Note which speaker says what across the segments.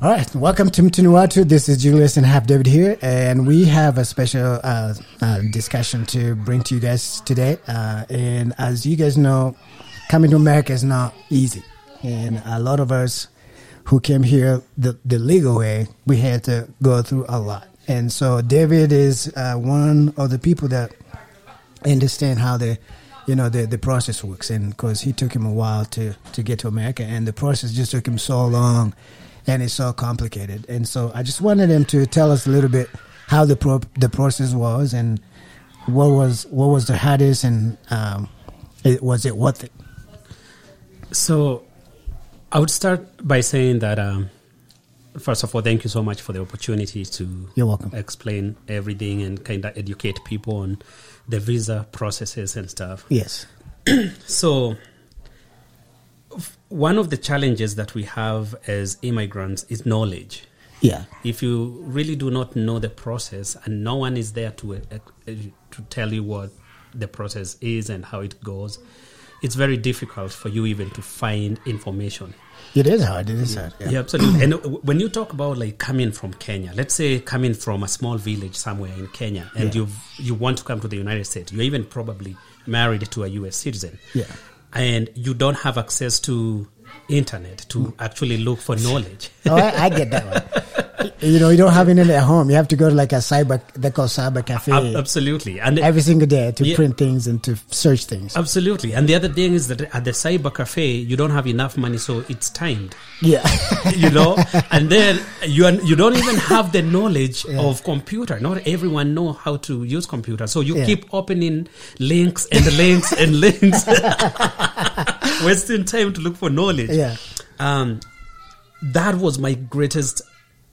Speaker 1: All right, welcome to Mtunuatu. This is Julius and Half David here, and we have a special uh, uh, discussion to bring to you guys today. Uh, and as you guys know, coming to America is not easy, and a lot of us who came here the, the legal way, we had to go through a lot. And so David is uh, one of the people that understand how the you know the, the process works and because he took him a while to to get to america and the process just took him so long and it's so complicated and so i just wanted him to tell us a little bit how the pro- the process was and what was what was the hardest and um, it, was it worth it
Speaker 2: So, I would start by saying that um, first of all, thank you so much for the opportunity to
Speaker 1: You're welcome.
Speaker 2: explain everything and kind of educate people on the visa processes and stuff.
Speaker 1: yes
Speaker 2: So, f- one of the challenges that we have as immigrants is knowledge.
Speaker 1: yeah
Speaker 2: If you really do not know the process and no one is there to uh, uh, to tell you what the process is and how it goes, it's very difficult for you even to find information.
Speaker 1: it is hard it is hard
Speaker 2: Yeah, absolutely. and w- when you talk about like coming from Kenya, let's say coming from a small village somewhere in Kenya, and you you want to come to the United States, you're even probably married to a U.S. citizen,
Speaker 1: Yeah.
Speaker 2: and you don't have access to internet to actually look for knowledge.
Speaker 1: oh, I, I get that one. You know, you don't have internet at home. You have to go to like a cyber, they call cyber cafe
Speaker 2: Ab- absolutely, and
Speaker 1: every single day to
Speaker 2: Yeah. Um,
Speaker 1: print things and to search things.
Speaker 2: absolutely, and the other thing is that at the cyber cafe, you don't have enough money, so it's timed.
Speaker 1: yeah.
Speaker 2: you know and then you are, you don't even have the knowledge of computer not everyone know how to use computer so you
Speaker 1: Yeah.
Speaker 2: keep opening links and links and links wasting time to look for knowledge
Speaker 1: Yeah.
Speaker 2: um that was my greatest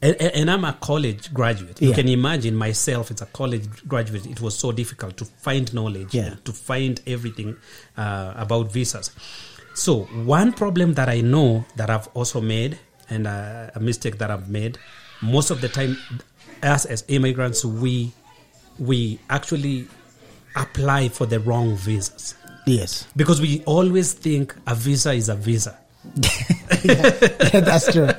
Speaker 2: and, and- and I'm a college graduate. You
Speaker 1: Yeah.
Speaker 2: can imagine myself as a college graduate. It was so difficult to find knowledge,
Speaker 1: Yeah.
Speaker 2: to find everything uh, about visas. So one problem that I know that I've also made, and uh, a mistake that I've made, most of the time, us as immigrants, we we actually apply for the wrong visas
Speaker 1: yes.
Speaker 2: because we always think a visa is a visa.
Speaker 1: That's true.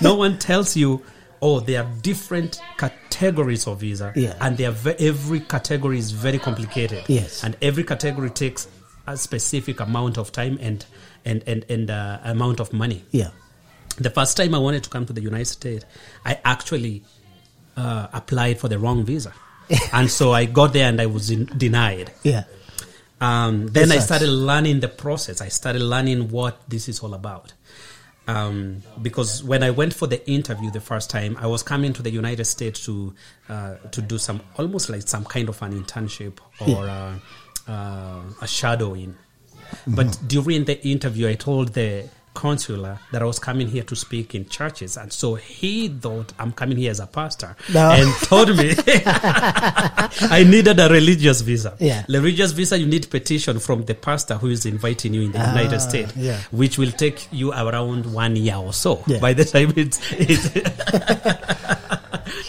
Speaker 2: no one tells you oh there are different categories of visa
Speaker 1: Yeah.
Speaker 2: and they are ve- every category is very complicated
Speaker 1: Yes.
Speaker 2: and every category takes a specific amount of time and and and, and uh, amount of money
Speaker 1: Yeah.
Speaker 2: the first time i wanted to come to the united states i actually uh, applied for the wrong visa and so i got there and i was in, denied
Speaker 1: Yeah.
Speaker 2: um, then I
Speaker 1: sucks.
Speaker 2: started learning the process. I started learning what this is all about. Um, because when I went for the interview the first time, I was coming to the United States to uh, to do some almost like some kind of an internship or uh, uh, a shadowing. But during the interview, I told the consular that I was coming here to speak in churches, and so he thought I'm coming here as a pastor,
Speaker 1: No.
Speaker 2: and told me I needed a religious visa.
Speaker 1: Yeah.
Speaker 2: Religious visa, you need petition from the pastor who is inviting you in the United States,
Speaker 1: Ah, yeah.
Speaker 2: which will take you around one year or so.
Speaker 1: Yeah.
Speaker 2: By the time it's, it's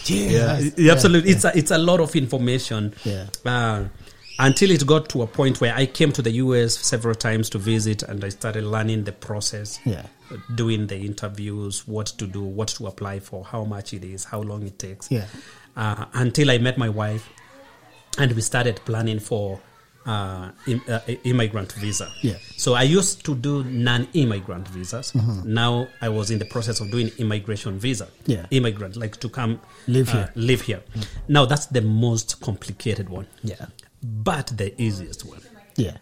Speaker 2: yeah,
Speaker 1: Jesus.
Speaker 2: absolutely, it's a, it's a lot of information.
Speaker 1: Yeah.
Speaker 2: Uh, until it got to a point where I came to the US several times to visit, and I started learning the process.
Speaker 1: Yeah.
Speaker 2: Doing the interviews, what to do, what to apply for, how much it is, how long it takes.
Speaker 1: Yeah.
Speaker 2: Uh, until I met my wife, and we started planning for uh, im- uh, immigrant visa.
Speaker 1: Yeah.
Speaker 2: So I used to do non-immigrant visas. Now I was in the process of doing immigration visa.
Speaker 1: Mm-hmm. Yeah.
Speaker 2: Immigrant, like to come uh,
Speaker 1: Live here. Mm.
Speaker 2: Live here. Now that's the most complicated one.
Speaker 1: Yeah.
Speaker 2: But the easiest one.
Speaker 1: Yeah.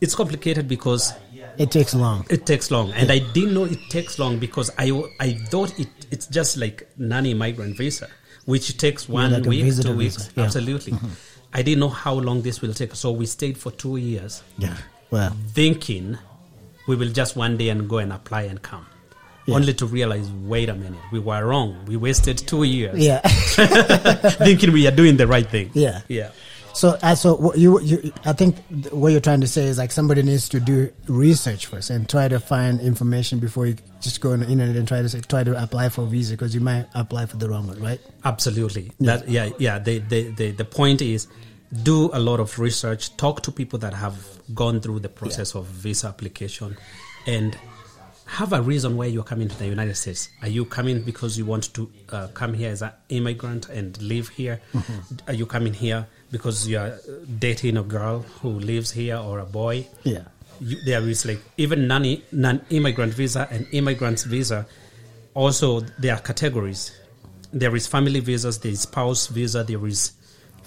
Speaker 2: It's complicated because
Speaker 1: It takes long.
Speaker 2: it takes long, and I didn't know it takes long because I I thought it it's just like nanny migrant visa, which takes one
Speaker 1: like a
Speaker 2: week,
Speaker 1: visitor
Speaker 2: two weeks,
Speaker 1: visa, yeah. Mm-hmm.
Speaker 2: absolutely. I didn't know how long this will take, so we stayed for two years,
Speaker 1: Yeah. Well,
Speaker 2: thinking we will just one day and go and apply and come,
Speaker 1: Yeah.
Speaker 2: only to realize wait a minute, we were wrong. We wasted two years
Speaker 1: yeah.
Speaker 2: thinking we are doing the right thing.
Speaker 1: Yeah.
Speaker 2: yeah.
Speaker 1: so, uh, so what you, you, I think th- what you're trying to say is like somebody needs to do research first and try to find information before you just go on the internet and try to say, try to apply for a visa because you might apply for the wrong one, right?
Speaker 2: Absolutely. That yeah, yeah. The, the, the, the point is do a lot of research, talk to people that have gone through the process of visa application and have a reason why you're coming to the United States. Are you coming because you want to uh, come here as an immigrant and live here? Are you coming here because you are uh, dating a girl who lives here or a boy?
Speaker 1: Yeah.
Speaker 2: you, there is like even non non immigrant visa and immigrants visa. Also, there are categories. There is family visas. There is spouse visa. There is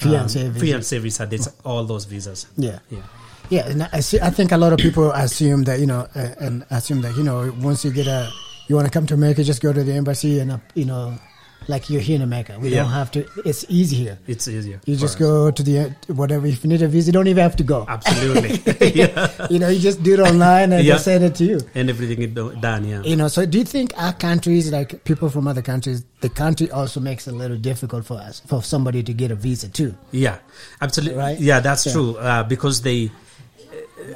Speaker 2: um,
Speaker 1: Fiancé visa.
Speaker 2: Fiancé visa. There's all those visas.
Speaker 1: Yeah.
Speaker 2: yeah.
Speaker 1: Yeah, and I, see, I think a lot of people assume that you know, uh, and assume that you know, once you get a, you want to come to America, just go to the embassy and uh, you know, like you're here in America, we
Speaker 2: Yeah.
Speaker 1: don't have to. It's easy here.
Speaker 2: It's easier.
Speaker 1: You just
Speaker 2: for us.
Speaker 1: go to the uh, whatever. If you need a visa, you don't even have to go.
Speaker 2: Ah, absolutely. yeah.
Speaker 1: You know, you just do it online and
Speaker 2: Yeah.
Speaker 1: they send it to you.
Speaker 2: And everything is do- done. Yeah.
Speaker 1: You know, so do you think our countries, like people from other countries, the country also makes it a little difficult for us, for somebody to get a visa too?
Speaker 2: Yeah, absolutely.
Speaker 1: Right?
Speaker 2: Yeah, that's
Speaker 1: Yeah.
Speaker 2: true. Uh, because they,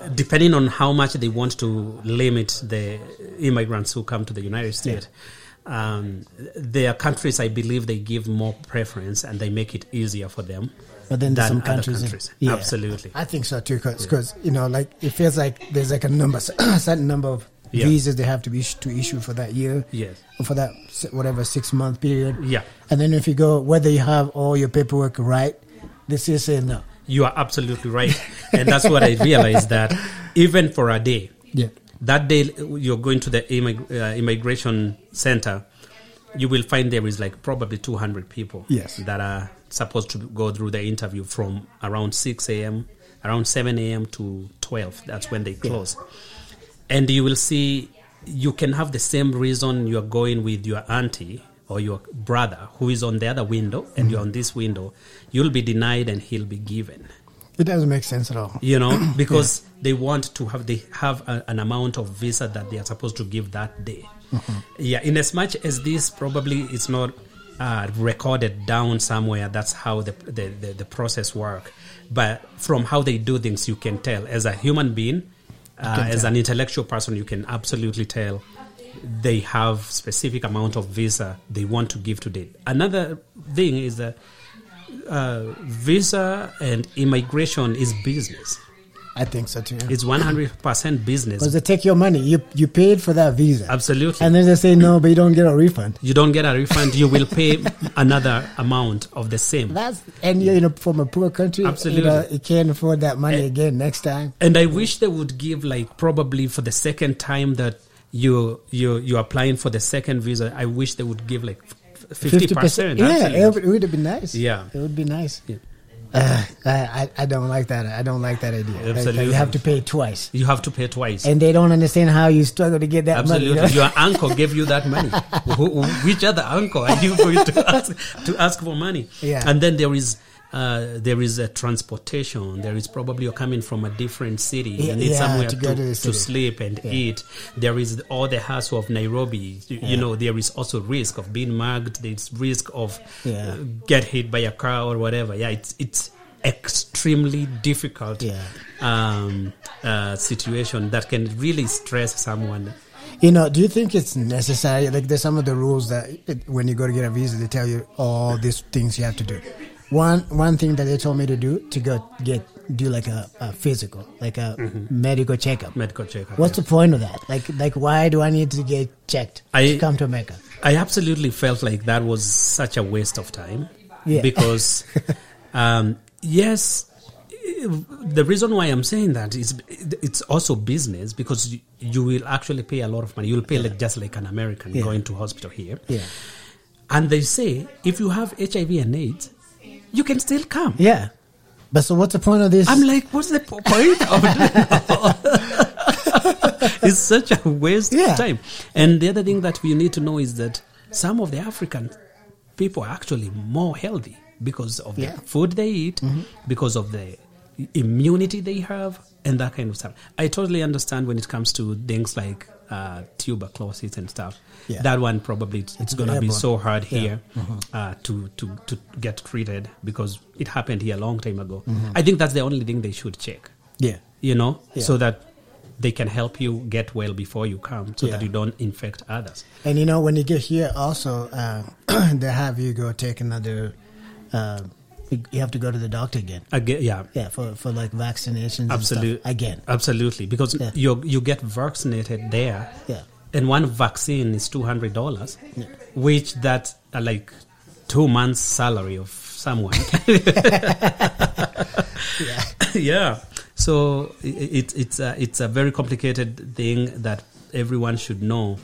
Speaker 2: uh, depending on how much they want to limit the immigrants who come to the United States, um, there are countries I believe they give more preference and they make it easier for them.
Speaker 1: But then there's
Speaker 2: than
Speaker 1: some
Speaker 2: other
Speaker 1: countries,
Speaker 2: countries. Absolutely.
Speaker 1: I think so too, because you know, like it feels like there's like a number, a certain number of
Speaker 2: Yeah.
Speaker 1: visas they have to be issu- to issue for that year,
Speaker 2: Yes.
Speaker 1: or for that s- whatever six month period,
Speaker 2: Yeah.
Speaker 1: And then if you go, whether you have all your paperwork right, this is saying no,
Speaker 2: You are absolutely right, and that's what I realized that even for a day,
Speaker 1: yeah,
Speaker 2: that day you're going to the immig- uh, immigration center you will find there is like probably 200 people
Speaker 1: Yes.
Speaker 2: that are supposed to go through the interview from around 6 a.m around 7 a.m to 12 that's when they close and you will see you can have the same reason you're going with your auntie or your brother who is on the other window and you're on this window you'll be denied and he'll be given
Speaker 1: it doesn't make sense at all.
Speaker 2: you know because they want to have they have a, an amount of visa that they are supposed to give that day yeah in as much as this probably it's not uh, recorded down somewhere that's how the, the, the, the process work but from how they do things you can tell as a human being uh, as an intellectual person you can absolutely tell they have specific amount of visa they want to give today another thing is that uh, visa and immigration is business.
Speaker 1: I think so too.
Speaker 2: It's 100%
Speaker 1: Because
Speaker 2: business.
Speaker 1: they take your money, you you paid for that visa,
Speaker 2: Absolutely.
Speaker 1: and then they say no, but you don't get a refund.
Speaker 2: you don't get a refund, you will pay another amount of the same.
Speaker 1: That's and you know from a poor country, you, know,
Speaker 2: Absolutely. Eh.
Speaker 1: you can't afford that money again next time.
Speaker 2: And I wish they would give like probably for the second time that you you you're applying for the second visa. I wish they would give like 50%.
Speaker 1: Yeah,
Speaker 2: actually.
Speaker 1: it would, it would have been nice.
Speaker 2: Yeah.
Speaker 1: it would be nice.
Speaker 2: Yeah.
Speaker 1: Uh, I, I I don't like that. I don't like that idea. Like, that you
Speaker 2: Absolutely.
Speaker 1: have to pay twice,
Speaker 2: You have to pay twice.
Speaker 1: and they don't understand how you struggle to get that
Speaker 2: Absolutely.
Speaker 1: money. you know?
Speaker 2: Your uncle gave you that money. Who, which other uncle are you going to ask, to ask for money?
Speaker 1: Yeah.
Speaker 2: And then there is. Uh, there is a transportation. There is probably you're coming from a different city.
Speaker 1: Yeah,
Speaker 2: you need
Speaker 1: yeah,
Speaker 2: somewhere
Speaker 1: to
Speaker 2: to,
Speaker 1: go to the
Speaker 2: to,
Speaker 1: city.
Speaker 2: sleep and eat. There is all the hassle of Nairobi. You, you know, there is also risk of being mugged. There's risk of
Speaker 1: Yeah.
Speaker 2: uh, get hit by a car or whatever. Yeah, it's it's extremely difficult
Speaker 1: Yeah.
Speaker 2: um, uh, situation that can really stress someone.
Speaker 1: You know, do you think it's necessary? Like, there's some of the rules that it, when you go to get a visa, they tell you all these things you have to do. One one thing that they told me to do to go get do like a, a physical, like a
Speaker 2: Mm-hmm.
Speaker 1: medical checkup.
Speaker 2: Medical checkup.
Speaker 1: What's the point of that? Like, like why do I need to get checked to
Speaker 2: I-
Speaker 1: come to America?
Speaker 2: I absolutely felt like that was such a waste of time
Speaker 1: Yeah.
Speaker 2: because, um, yes, the reason why I'm saying that is it's also business because you, you will actually pay a lot of money. You'll pay like just like an American
Speaker 1: Yeah.
Speaker 2: going to hospital here.
Speaker 1: Yeah.
Speaker 2: And they say if you have HIV and AIDS, you can still come.
Speaker 1: Yeah. But so what's the point of this?
Speaker 2: I'm like, what's the po- point of doing all? It's such a waste
Speaker 1: Yeah.
Speaker 2: of time. And the other thing that we need to know is that some of the African people are actually more healthy because of
Speaker 1: Yeah.
Speaker 2: the food they eat, because of the immunity they have, and that kind of stuff. I totally understand when it comes to things like uh, tuberculosis and stuff.
Speaker 1: Yeah.
Speaker 2: That one probably it's,
Speaker 1: It's
Speaker 2: going to be
Speaker 1: airborne.
Speaker 2: so hard
Speaker 1: Yeah. Mm-hmm.
Speaker 2: here uh, to, to, to get treated because it happened here a long time ago. I think that's the only thing they should check,
Speaker 1: yeah.
Speaker 2: you know,
Speaker 1: Mm-hmm. Yeah.
Speaker 2: so that they can help you get well before you come so that
Speaker 1: Yeah.
Speaker 2: you don't infect others.
Speaker 1: And you know, when you get here, also uh, they have you go take another. Uh, you have to go to the doctor again.
Speaker 2: Again, yeah.
Speaker 1: Yeah, for, for like vaccinations. Absolutely.
Speaker 2: Absolutely.
Speaker 1: Again.
Speaker 2: Absolutely. Because
Speaker 1: Yeah.
Speaker 2: you you get vaccinated there.
Speaker 1: Yeah.
Speaker 2: And one vaccine is $200,
Speaker 1: Yeah.
Speaker 2: which that's uh, like two months' salary of someone.
Speaker 1: Yeah.
Speaker 2: yeah. So i- i- it's it's a, it's a very complicated thing that everyone should know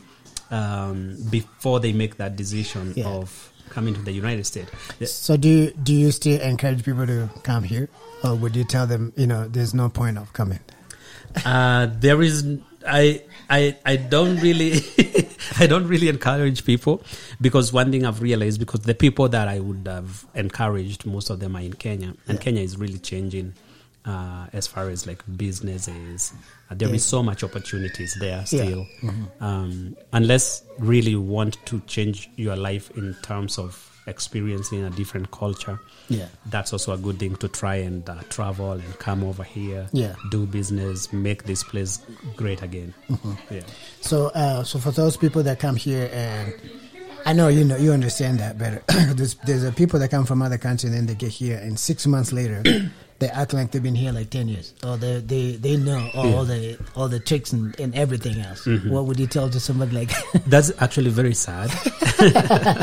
Speaker 2: um, before they make that decision
Speaker 1: Yeah.
Speaker 2: of coming to the United States. The-
Speaker 1: So do you, do you still encourage people to come here, or would you tell them you know there's no point of coming?
Speaker 2: Uh, there is I I I don't really I don't really encourage people because one thing I've realized because the people that I would have encouraged most of them are in Kenya and Kenya is really changing uh, as far as like businesses Uh,
Speaker 1: Yeah.
Speaker 2: there is
Speaker 1: Mm-hmm.
Speaker 2: so much opportunities there still um, unless really you want to change your life in terms of experiencing a different culture
Speaker 1: Yeah.
Speaker 2: that's also a good thing to try and uh, travel and come over here
Speaker 1: Yeah.
Speaker 2: do business, make this place great again.
Speaker 1: Mm-hmm.
Speaker 2: Yeah.
Speaker 1: So uh, so for those people that come here and. I know you know you understand that better. there's there's uh, people that come from other countries and then they get here, and six months later, they act like they've been here like ten years, or they they, they know all, the all the tricks and, and everything else.
Speaker 2: Mm-hmm.
Speaker 1: What would you tell to somebody like?
Speaker 2: That's actually very sad.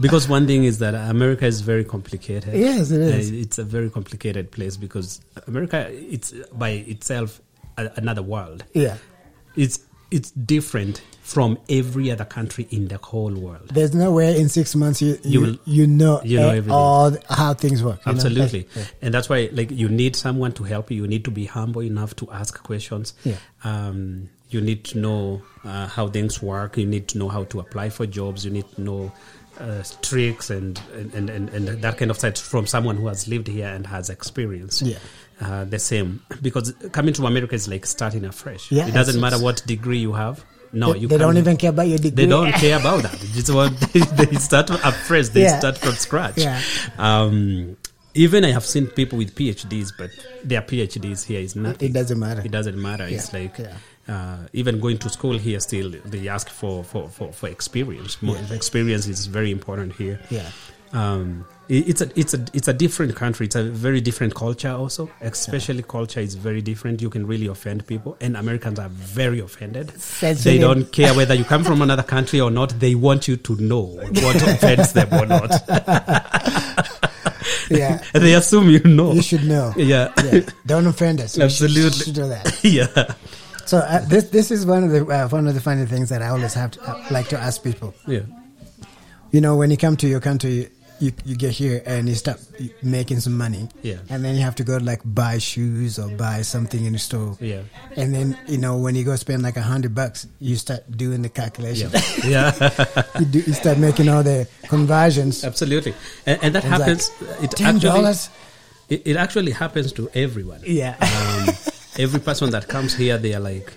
Speaker 2: because one thing is that America is very complicated.
Speaker 1: Yes, it is.
Speaker 2: Uh, It's a very complicated place because America it's by itself a, another world.
Speaker 1: yeah,
Speaker 2: It's it's different from every other country in the whole world.
Speaker 1: there's no way in six months you you,
Speaker 2: You
Speaker 1: you,
Speaker 2: will-
Speaker 1: know,
Speaker 2: you know
Speaker 1: eh,
Speaker 2: everything.
Speaker 1: all th- how things work. you know? Like-
Speaker 2: absolutely
Speaker 1: yeah.
Speaker 2: and that's why like you need someone to help you you need to be humble enough to ask questions
Speaker 1: Yeah.
Speaker 2: um, you need to know uh, how things work you need to know how to apply for jobs you need to know uh, tricks and and, and, and and that kind of stuff from someone who has lived here and has experience
Speaker 1: Yeah.
Speaker 2: uh, the same because coming to america is like starting afresh
Speaker 1: Yeah,
Speaker 2: it doesn't
Speaker 1: it's-
Speaker 2: matter what degree you have no
Speaker 1: they,
Speaker 2: you
Speaker 1: they don't
Speaker 2: can't-
Speaker 1: even care about your degree.
Speaker 2: they don't care about that. They just want they start afresh. They
Speaker 1: Yeah.
Speaker 2: start from scratch.
Speaker 1: Yeah.
Speaker 2: Um, even I have seen people with PhDs, but their PhDs here is nothing.
Speaker 1: It doesn't matter.
Speaker 2: It doesn't matter. It's
Speaker 1: Yeah,
Speaker 2: like
Speaker 1: yeah.
Speaker 2: uh, even going to school here, still they ask for for for, for experience. More Experience is very important here.
Speaker 1: Yeah.
Speaker 2: Um, it- it's a it's a it's a different country. It's a very different culture. Also, especially culture is very different. You can really offend people, and Americans are very offended. They
Speaker 1: Sensitive.
Speaker 2: don't care whether you come from another country or not. They want you to know what offends them or not.
Speaker 1: Yeah.
Speaker 2: they assume you know.
Speaker 1: You should know.
Speaker 2: Yeah.
Speaker 1: Yeah. Don't offend us. You should-
Speaker 2: Absolutely.
Speaker 1: should do that.
Speaker 2: yeah.
Speaker 1: So uh, this this is one of the uh, one of the funny things that I always have to, uh, like to ask people.
Speaker 2: Yeah.
Speaker 1: You know, when you come to your country, you, you get here and you start making some money.
Speaker 2: Yeah.
Speaker 1: And then you have to go like buy shoes or buy something in the store.
Speaker 2: Yeah.
Speaker 1: And then you know when you go spend like a hundred bucks, you start doing the calculation.
Speaker 2: Yeah. Yeah.
Speaker 1: you, do, you start making all the conversions.
Speaker 2: Absolutely. And, and that
Speaker 1: And like,
Speaker 2: happens. it
Speaker 1: Ten
Speaker 2: actually
Speaker 1: dollars.
Speaker 2: it, it actually happens to everyone.
Speaker 1: Yeah.
Speaker 2: um, every person that comes here they are like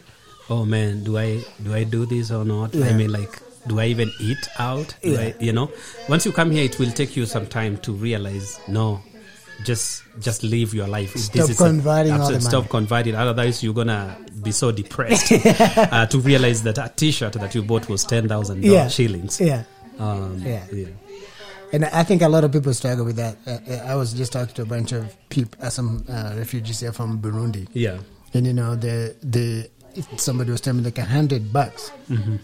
Speaker 2: oh man do i do i do this or not i
Speaker 1: Yeah.
Speaker 2: mean like do i even eat out do I, you know once you come here it will take you some time to realize no just just live your life
Speaker 1: Stop converting all the
Speaker 2: stop
Speaker 1: money.
Speaker 2: converting otherwise you're gonna be so depressed uh, to realize that a t-shirt that you bought was 10000
Speaker 1: yeah.
Speaker 2: shillings
Speaker 1: Yeah.
Speaker 2: um,
Speaker 1: Yeah.
Speaker 2: yeah
Speaker 1: And I think a lot of people struggle with that. Uh, uh, I was just talking to a bunch of people, uh, some uh, refugees here from Burundi,
Speaker 2: yeah
Speaker 1: and you know, the the somebody was telling me like a hundred bucks
Speaker 2: Mm-hmm.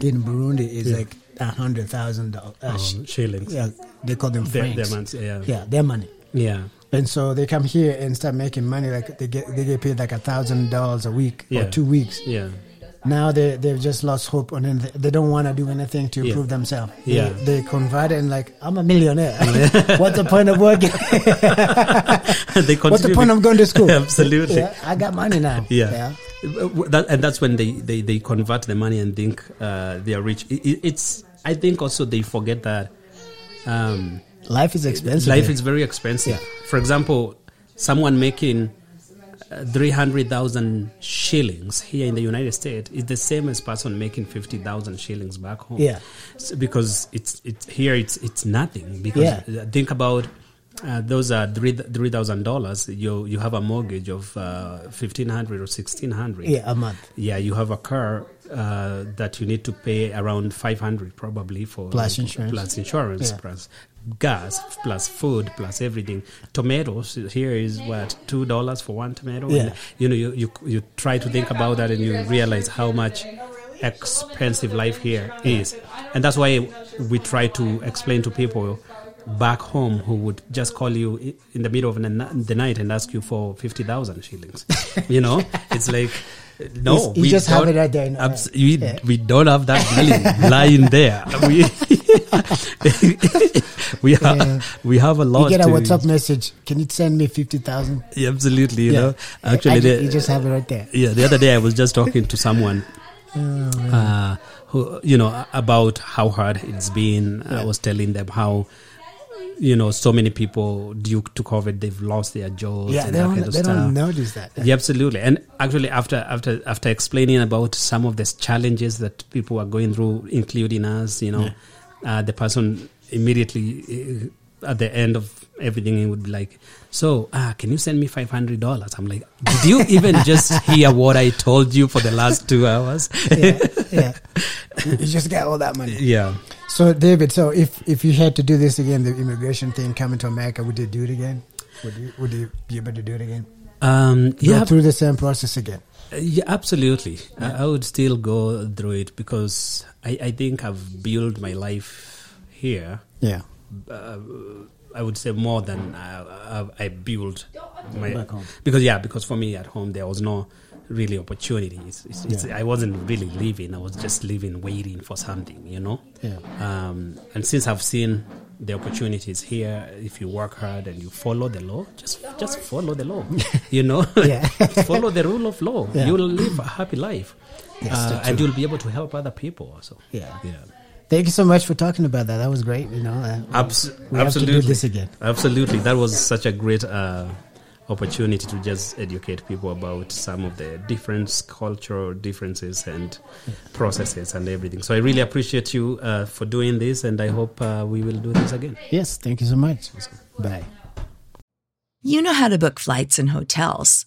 Speaker 1: in Burundi is like a hundred thousand dollars.
Speaker 2: Um, shillings
Speaker 1: Yeah, they call them
Speaker 2: Their-
Speaker 1: francs.
Speaker 2: their months, yeah.
Speaker 1: yeah, their money.
Speaker 2: yeah
Speaker 1: And so they come here and start making money. Like they get they get paid like a thousand dollars a week
Speaker 2: Yeah.
Speaker 1: or two weeks.
Speaker 2: Yeah.
Speaker 1: Now they they've just lost hope and then they don't want to do anything to
Speaker 2: Yeah.
Speaker 1: improve themselves. they,
Speaker 2: Yeah.
Speaker 1: they convert and like I'm a millionaire. What's the point of working?
Speaker 2: they
Speaker 1: What's the
Speaker 2: continue
Speaker 1: point of going to school?
Speaker 2: Absolutely.
Speaker 1: Yeah, I got money now.
Speaker 2: Yeah. Uh, w- That, and that's when they, they, they convert the money and think uh, they are rich. It, it- it's I think also they forget that um,
Speaker 1: Life is expensive.
Speaker 2: life is very expensive.
Speaker 1: Yeah.
Speaker 2: For example, someone making uh, 300,000 shillings here in the United States is the same as person making 50,000 shillings back home.
Speaker 1: Yeah.
Speaker 2: S- because it's it's here it's it's nothing because
Speaker 1: Yeah.
Speaker 2: uh, think about uh, those are three three thousand dollars. You you have a mortgage of uh, fifteen hundred or sixteen hundred.
Speaker 1: yeah a month.
Speaker 2: Yeah, you have a car uh, that you need to pay around 500 probably for
Speaker 1: Plus insurance.
Speaker 2: plus insurance,
Speaker 1: Yeah.
Speaker 2: plus gas, plus food, plus everything. Tomatoes here is what two dollars for one tomato.
Speaker 1: Yeah.
Speaker 2: And, you know, you, you you try to think about that and you realize how much expensive life here is, and that's why we try to explain to people back home who would just call you i- in the middle of the ni- the night and ask you for 50,000 shillings you know it's like no
Speaker 1: It's- you just have
Speaker 2: don't-
Speaker 1: it right there in your
Speaker 2: abs-
Speaker 1: hand.
Speaker 2: we,
Speaker 1: Yeah.
Speaker 2: we don't have that money lying there. We, we have
Speaker 1: Yeah.
Speaker 2: we have a lot.
Speaker 1: You get a
Speaker 2: to-
Speaker 1: WhatsApp message. Can you send me fifty thousand?
Speaker 2: Yeah, absolutely, you know.
Speaker 1: I-
Speaker 2: Actually,
Speaker 1: I-
Speaker 2: the,
Speaker 1: you just have it right there.
Speaker 2: yeah, the other day I was just talking to someone.
Speaker 1: Oh,
Speaker 2: Uh, who you know about how hard it's been? I was telling them how you know so many people due to COVID they've lost their jobs.
Speaker 1: Yeah,
Speaker 2: and
Speaker 1: they
Speaker 2: that
Speaker 1: don't,
Speaker 2: kind of
Speaker 1: they
Speaker 2: stuff.
Speaker 1: don't notice that.
Speaker 2: Yeah, absolutely. And actually, after after after explaining about some of the challenges that people are going through, including us, you know, uh, the person immediately uh, at the end of everything he would be like, "So, ah, can you send me five hundred dollars?" I'm like, "Did you even just hear what I told you for the last two hours?"
Speaker 1: yeah, yeah. You you just got all that money.
Speaker 2: yeah.
Speaker 1: So, David, so if if you had to do this again, the immigration thing coming to America, would you do it again? Would you would you be able to do it again?
Speaker 2: Um,
Speaker 1: Go
Speaker 2: yeah,
Speaker 1: through the same process again.
Speaker 2: Uh, Yeah, absolutely. I, I would still go through it because I, I think I've built my life here.
Speaker 1: Yeah,
Speaker 2: Uh, I would say more than I, I, I built my
Speaker 1: Back home.
Speaker 2: because yeah because for me at home there was no really opportunities. It's, it's, I wasn't really living. I was just living, waiting for something. You know.
Speaker 1: Yeah.
Speaker 2: Um, and since I've seen the opportunities here, if you work hard and you follow the law, just just follow the law. you know.
Speaker 1: Yeah.
Speaker 2: follow the rule of law.
Speaker 1: Yeah.
Speaker 2: You'll live a happy life, uh, and you'll be able to help other people also.
Speaker 1: Yeah.
Speaker 2: Yeah.
Speaker 1: Thank you so much for talking about that. That was great. You know, uh,
Speaker 2: Abs-
Speaker 1: we have to
Speaker 2: absolutely.
Speaker 1: do this again.
Speaker 2: Absolutely. That was such a great uh, opportunity to just educate people about some of the different cultural differences and processes and everything. So I really appreciate you uh, for doing this, and I hope uh, we will do this again.
Speaker 1: Yes, thank you so much. Bye.
Speaker 3: You know how to book flights and hotels.